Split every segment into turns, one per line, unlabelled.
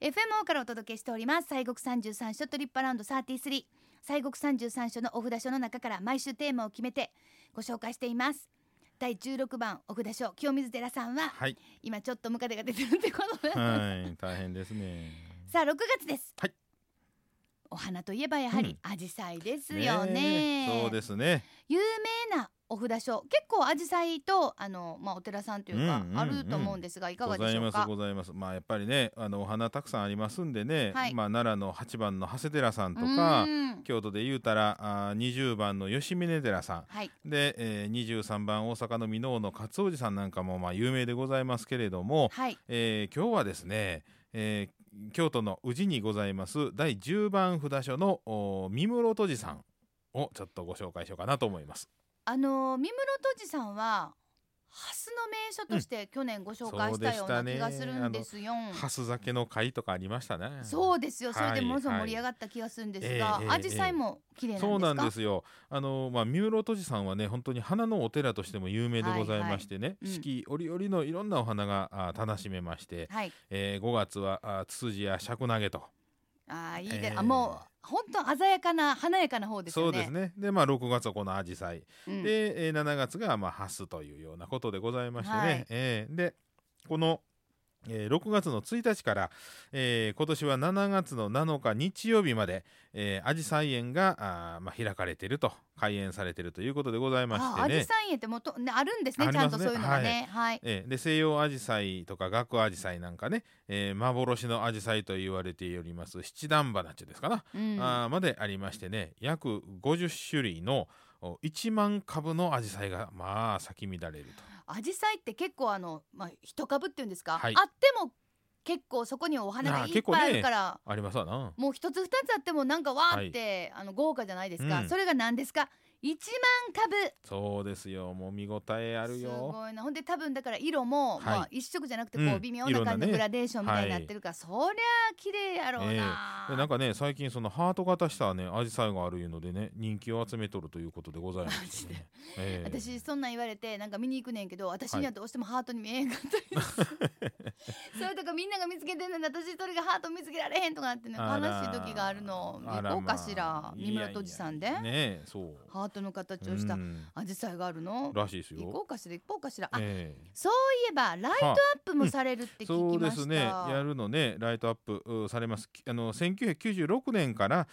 FMO からお届けしております西国33所トリップアラウンド33西国33所のお札所の中から毎週テーマを決めてご紹介しています第16番お札所清水寺さんは
はい、
今ちょっとムカデが出てるってこと、
はい、大変ですね。
さあ6月です、
はい
お花といえばやはり紫陽花ですよね
えそうですね。
有名なお札所結構紫陽花とあのまあお寺さんというか、
うんうんうん
あると思うんですがいかがで
ござ
し
い
ょう
ま
か
すございます。まあやっぱりね、あのお花たくさんありますんでね、
はい
まあ奈良の八番の長谷寺さんと
う
か、
ん
京都で言うたらあ20番の吉峰寺さん。
はい
で、えー、23番大阪の箕面の勝王寺さんなんかもまあ有名でございますけれども、
はい
えー今日はですね、えー京都の宇治にございます第10番札所のお三室戸寺さんをちょっとご紹介しようかなと思います。
あのー三室戸寺さんは蓮の名所として去年ご紹介したような
そうで
気
した
が
ね
するんですよ。
ハス酒の会とかありましたね。
そうですよ。それ
は
で
い
ものすごい盛り上がった気がするんですが
はいえ、えええ
紫陽花も綺麗なんですか。
そうなんですよ。あのまあ三室戸寺さんはね本当に花のお寺としても有名でございましてね、
いはいうん
四季折々のいろんなお花があ楽しめまして、
はい。
えー、5月はあツツジやシャクナゲと
ああいいで、
ええ
あもう本当鮮やかな華やかな方です
そ
よ
うで
ね。
すね。でまあ6月はこのアジサイ
うん
で、えー、7月がまあハスというようなことでございましてね、
はい
えーでこの、えー6月の1日から、えー今年は7月の7日日曜日まで、えー、アジサイ園があー、まあ、開かれていると開園されているということでございまし
あ、
て
紫陽花
ね。
園ってもとねあるんですね。
あ
ち
り
ゃ
ま
ん
す
と
ね
そういうのがね。はい。
えーで西洋アジサイとか学アジサイなんかね、えー幻のアジサイと言われております七段花っていうんですかな、
うん。
あーまでありましてね約50種類のお1万株のアジサイがまあ咲き乱れると。
紫陽花って結構あのまあ一株っていうんですか。あっ
はい
ても結構そこにお花
あ
が
あ
いっ
結構ね
ぱいあるから。
ありますわな。
もう一つ二つあってもなんかわーって、あの豪華じゃないですか、
うん
それが何ですか1万株
そうですよ。もう見応えある
す
よ。
ごいなほんで多分だから色も、
はい
まあ、一色じゃなくてこ
う
うん微妙な感じ
色んな
の
ね
グラデーションみたいになってるから、そりゃあ綺麗やろうな、
でなんかね最近そのハート型したねアジサイがあるいうのでね人気を集めとるということでございますよね。ええ
私そんなん言われてなんか見に行くねんけど私
はい
にはどうしてもハートに見えへんかったりする そういうとこみんなが見つけてんのに私それがハート見つけられへんとかなってね
あら
悲しい時があるの
あら
行こうかしら
まあ
三村とじさんで
いやいやねえそう。
ハートの形をした
うん
紫陽花があるの
らしいです
行
よ
こ。うかしら行こうかしら、あ
ええ
そういえばライトアップもされるって聞
そ
き
うで
ました、
すねやるのねライトアップうされますきあの1996年から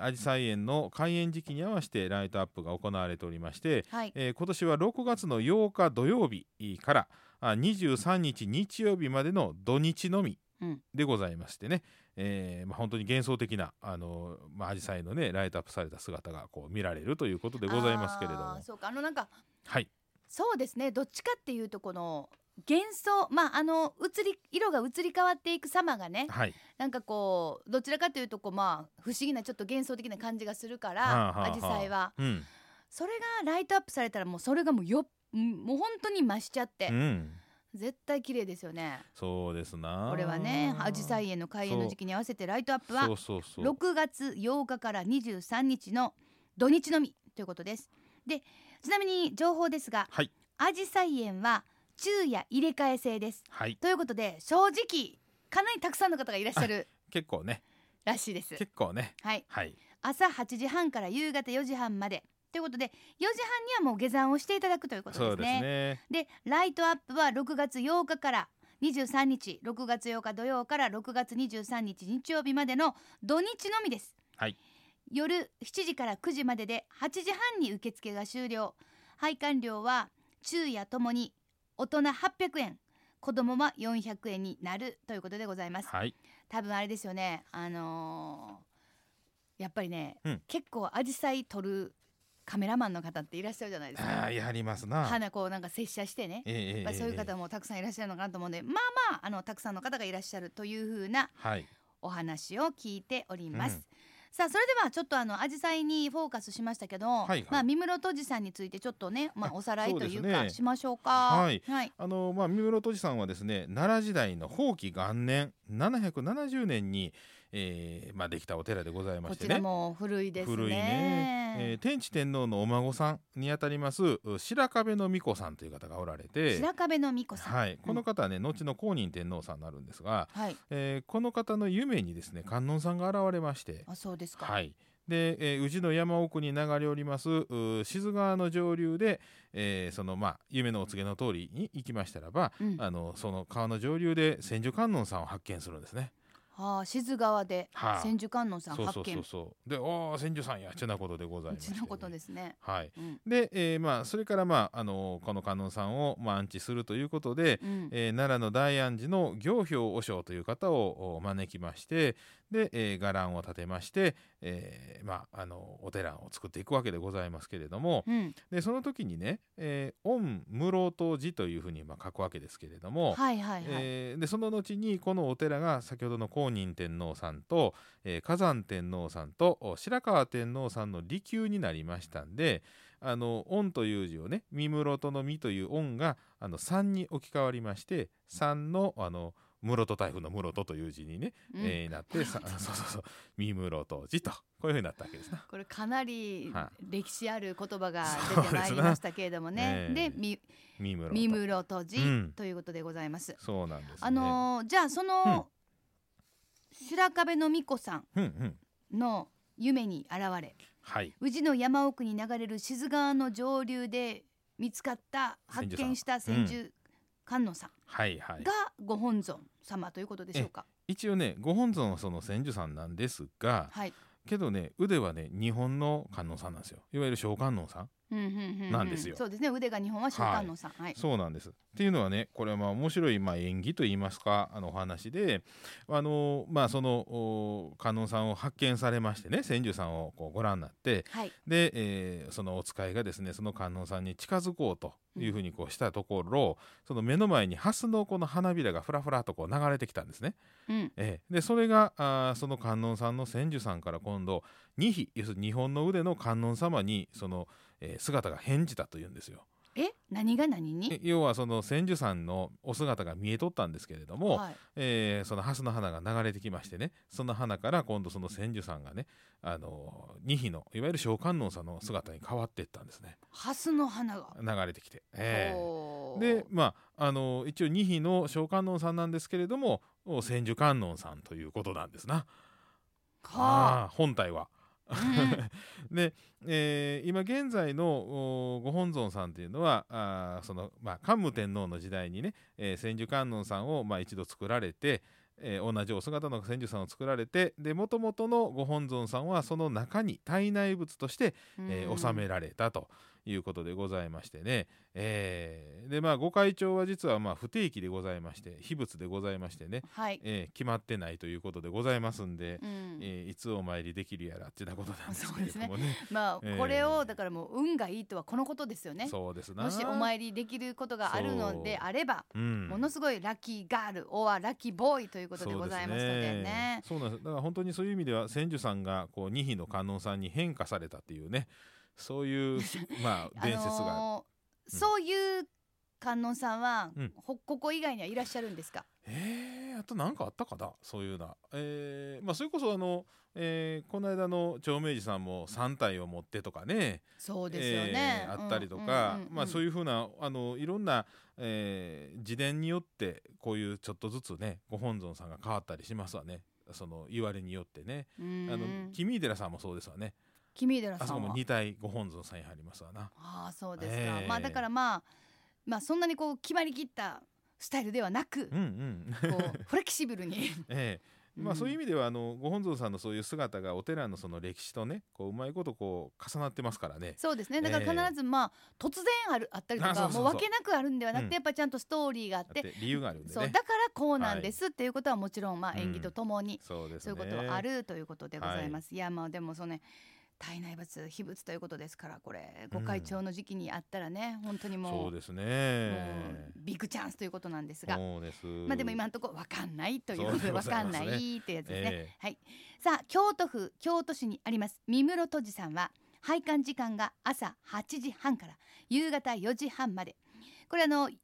アジサイ園の開園時期に合わせてライトアップが行われておりまして、
はい
えー今年は6月の8日土曜日からあ23日日曜日までの土日のみ
うん
でございましてね、えーまあ、本当に幻想的なあの、まあ紫陽花のねライトアップされた姿がこう見られるということでございますけれど
あ
も
ー。そうかあのなんか
はい
そうですねどっちかっていうとこの幻想まああの移り色が移り変わっていく様がね
はい
なんかこうどちらかというとこうまあ不思議なちょっと幻想的な感じがするか
はあは
ら
あはあ
紫陽花は
うん
それがライトアップされたらもうそれがもうよもう本当に増しちゃって
うん、
絶対綺麗ですよね
そうですな
これはね紫陽花園の開園の時期に合わせてライトアップは
そうそうそう
6月8日から23日の土日のみということです。でちなみに情報ですが、
はい
アジサイ園は昼夜入れ替え制です。
はい
ということで正直かなりたくさんの方がいらっしゃる
結構ね
らしいです。
結構ね
はい、
はい
朝8時半から夕方4時半までということで4時半にはもう下山をしていただくということで
そ
す
うです
ね。
ね
でライトアップは6月8日から23日6月8日土曜から6月23日日曜日までの土日のみです、
はい
夜7時から9時までで8時半に受付が終了配管料は昼夜ともに大人800円子供は400円になるということでございます
はい
多分あれですよねあのーやっぱりね、
うん
結構アジサイ撮るカメラマンの方っていらっしゃるじゃないです
あ
か
あやりますな
花こうなんか接写してね
えええ
や
え
っぱりそういう
え
方
え
もたくさんいらっしゃるのかなと思うんで、まあまああのたくさんの方がいらっしゃるというふうな
はい
お話を聞いております。
うん
さあそれではちょっとあの紫陽花にフォーカスしましたけど、
いはい
まあ三室戸寺さんについてちょっとね、まあおさらい
そう
と
です
い
ね
うかしましょうか。
はい
はい。
あのまあ、三室戸寺さんはですね奈良時代の法規元年770年に、ええーまあ、できたお寺でございま
こ
して
ち
ね
らも古いですね。
古いね、えー天智天皇のお孫さんにあたりますう白壁の巫女さんという方がおられて、
白壁の巫女さん。
はい、この方はね、後の公認天皇さんになるんですが、
はい。
えーこの方の夢にですね観音さんが現れまして、
あ、そうですか。
はいでえー宇治の山奥に流れおりますう志津川の上流で、えーそのまあ、夢のお告げの通りに行きましたらば、
うん
あのその川の上流で千手観音さんを発見するんですね。
はあ、静川で
はあ
千手観音さん
そう
発
そう
見。
そうそうで「おお千手さんや」ちゅうなことでございうまして
ち
ね、
のことですね。
はい
うん。
で、えーまあ、それから、まああのこの観音さんを、まあ、安置するということで、
うん。
えー奈良の大安寺の行表和尚という方をお招きましてで、えー、伽藍を立てまして、えーまあ、あのお寺を作っていくわけでございますけれども
うん。
でその時にね「えー、御室戸寺」というふうにまあ書くわけですけれども、
はいはいはい。
えーでその後にこのお寺が先ほどの公認天皇さんと、えー火山天皇さんとお白河天皇さんの離宮になりましたんで「あの御」という字をね「三室戸の三」という「御」があの「三」に置き換わりまして「三の」あの室戸台風の室戸という字にね、
うん
えーなってさそうそうそう三室戸寺とこういうふうになったわけですな。
これかなり
は
歴史ある言葉が
そう
出
です
て
な
まいりましたけれども
え
ね。
え
で、み、
三室戸
三室戸
う
寺
ん
ということでございます。
そうなんですね。
あのーじゃあその、白壁の巫女さ
うんうん
んの夢に現れ
はい
宇治の山奥に流れる志津川の上流で見つかった発
千手さん
見した千手観音さん
はいはい
が。ご本尊様ということでしょうか。
一応ねご本尊はその千手さんなんですが、
はい。
けどね腕はね日本の観音さんなんですよいわゆる小観音さん、
うんうんうんう
なんですよ
そうですね。腕が日本は小観音さん。はい。
そうなんですっていうのはねこれはまあ面白い、まあ、演技といいますかあのお話であのまあそのお観音さんを発見されましてね千手さんをこうご覧になって
はい。
で、えーそのお使いがですねその観音さんに近づこうというふうにこうしたところ、その目の前にハスのこの花びらがふらふらとこう流れてきたんですね。
うん。
ええ、でそれがあーその観音さんの千手さんから今度二比要するに日本の腕の観音様にその、えー姿が変じたというんですよ。
え、何が何に？
え要はその千手さんのお姿が見えとったんですけれども、
はい。
えーその蓮の花が流れてきましてねその花から今度その千手さんがね、あのー二比のいわゆる小観音さんの姿に変わっていったんですね
蓮の花が。
流れてきて。ええ
ほう
でまああのー一応二比の小観音さんなんですけれどもお千手観音さんということなんですな。
は
あー本体は。
あ。うんうん
で、えー今現在のおご本尊さんというのはあーその、まあ、桓武天皇の時代にね、えー千手観音さんを、まあ、一度作られて、えー同じお姿の千手さんを作られてで元々のご本尊さんはその中に体内物として、 えー
うん
収められたと。いうことでございましてね、えーでまあご会長は実はまあ不定期でございまして秘仏でございましてね、
はい。
えー決まってないということでございますんで、
うん
えーいつお参りできるやらってなことなんですけれどもね。
ま
え
あ
ー
これをだからもう運がいいとはこのことですよね。
そうですな。
もしお参りできることがあるのであれば、
うん、
ものすごいラッキーガール、オアラッキーボーイということでございますのでね。
そうですねそうなんです。だから本当にそういう意味では千手さんがこう二比の観音さんに変化されたっていうね、そう いうまあ
あ
伝説が、
のー
うん
そういう観音さんは、
うん
ほここ以外にはいらっしゃるんですか。
えーあとなんかあったかなそういうな。えーまあそれこそあの、えーこの間の長明寺さんも三体を持ってとかね。
そうですよね。
えーあったりとか、まあそう
い
いうふうなあのいろんな、えー、自伝によってこういうちょっとずつねご本尊さんが変わったりしますわねその言われによってね、
う
あ
ん
の
うん。
君井寺さんもそうですわね
君寺
あ
さ
そこ
ん
も
は。
二体ご本尊さんやありますわな
ああそうですか。
えー
まあだからまあまあそんなにこう決まりきったスタイルではなく
うんう、ん
こうフレキシブルに。
ええ まあ
ん
そういう意味ではあのご本尊さんのそういう姿がお寺のその歴史とねこううまいことこう重なってますからね
そうですねだか
ええ
ら必ずまあ、突然あるあったりと
あそう
か
そうそう
もう分けなくあるんではなく
うん
てやっぱちゃんとストーリーがあっ、
だってて理由があるんで
そうだ
ね
からこうなんですっていうことはもちろんまあ
うん
演技とともに
そうです
そう
ね
いうことはあるということでございます。い、やまあでもそのね体内物秘仏ということですからこれご会長の時期にあったらね、本当にも
そううです
もう
ね
ビッグチャンスということなんですが。
そうです
まあでも今のところ分かんないということ
そうで
で
ご
分
ざ
か
い
ん
ます
な
ね
いってやつですね。
ええ
はい、さあ京都府京都市にあります三室戸寺さんは拝観時間が朝8時半から夕方4時半までこれあの11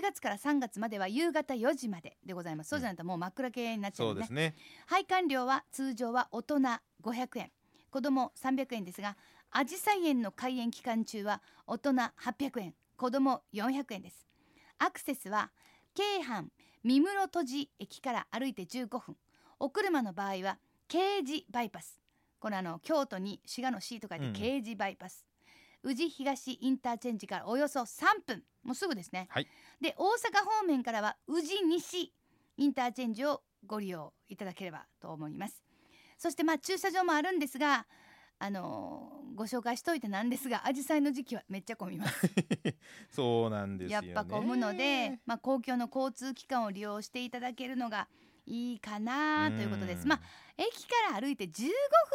月から3月までは夕方4時まででございますそうじゃないともう真っ暗系になっちゃう
そ
の
う
で,、
ですね
配管料は通常は大人500円子供300円ですがアジサイ園の開園期間中は大人800円子供400円ですアクセスは京阪三室戸寺駅から歩いて15分お車の場合は京寺バイパスこのあの京都に滋賀の C と書い
うんう
て
ん
京寺バイパス、宇治東インターチェンジからおよそ3分もうすぐですね、
はい
で大阪方面からは宇治西インターチェンジをご利用いただければと思いますそしてまあ駐車場もあるんですがあのーご紹介しといてなんですが紫陽花の時期はめっちゃ混みます
そうなんですよ
やっ
ね
ぱ混むので、まあ、公共の交通機関を利用していただけるのがいいかなということです
ん
まあ駅から歩いて15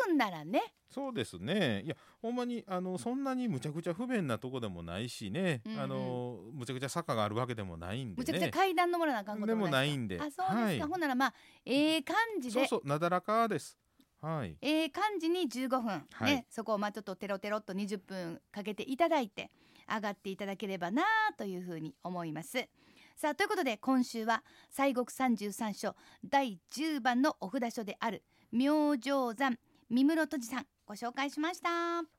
分ならね
そうですねいやほんまにあのそんなにむちゃくちゃ不便なとこでもないしね、
うんうん
あのむちゃくちゃ坂があるわけでもないんでね
むちゃくちゃ階段登らなあかんこと
でも
な
ないいんで
あそうですか、
は
ほんならまあええ感
い、
じ
そう
で
そうなだらかですはい
ええ感じに15分、
はい
ねそこをまあちょっとテロテロっと20分かけていただいて上がっていただければなあというふうに思います。さあということで今週は西国三十三所第10番のお札所である明星山三室戸寺さんご紹介しました。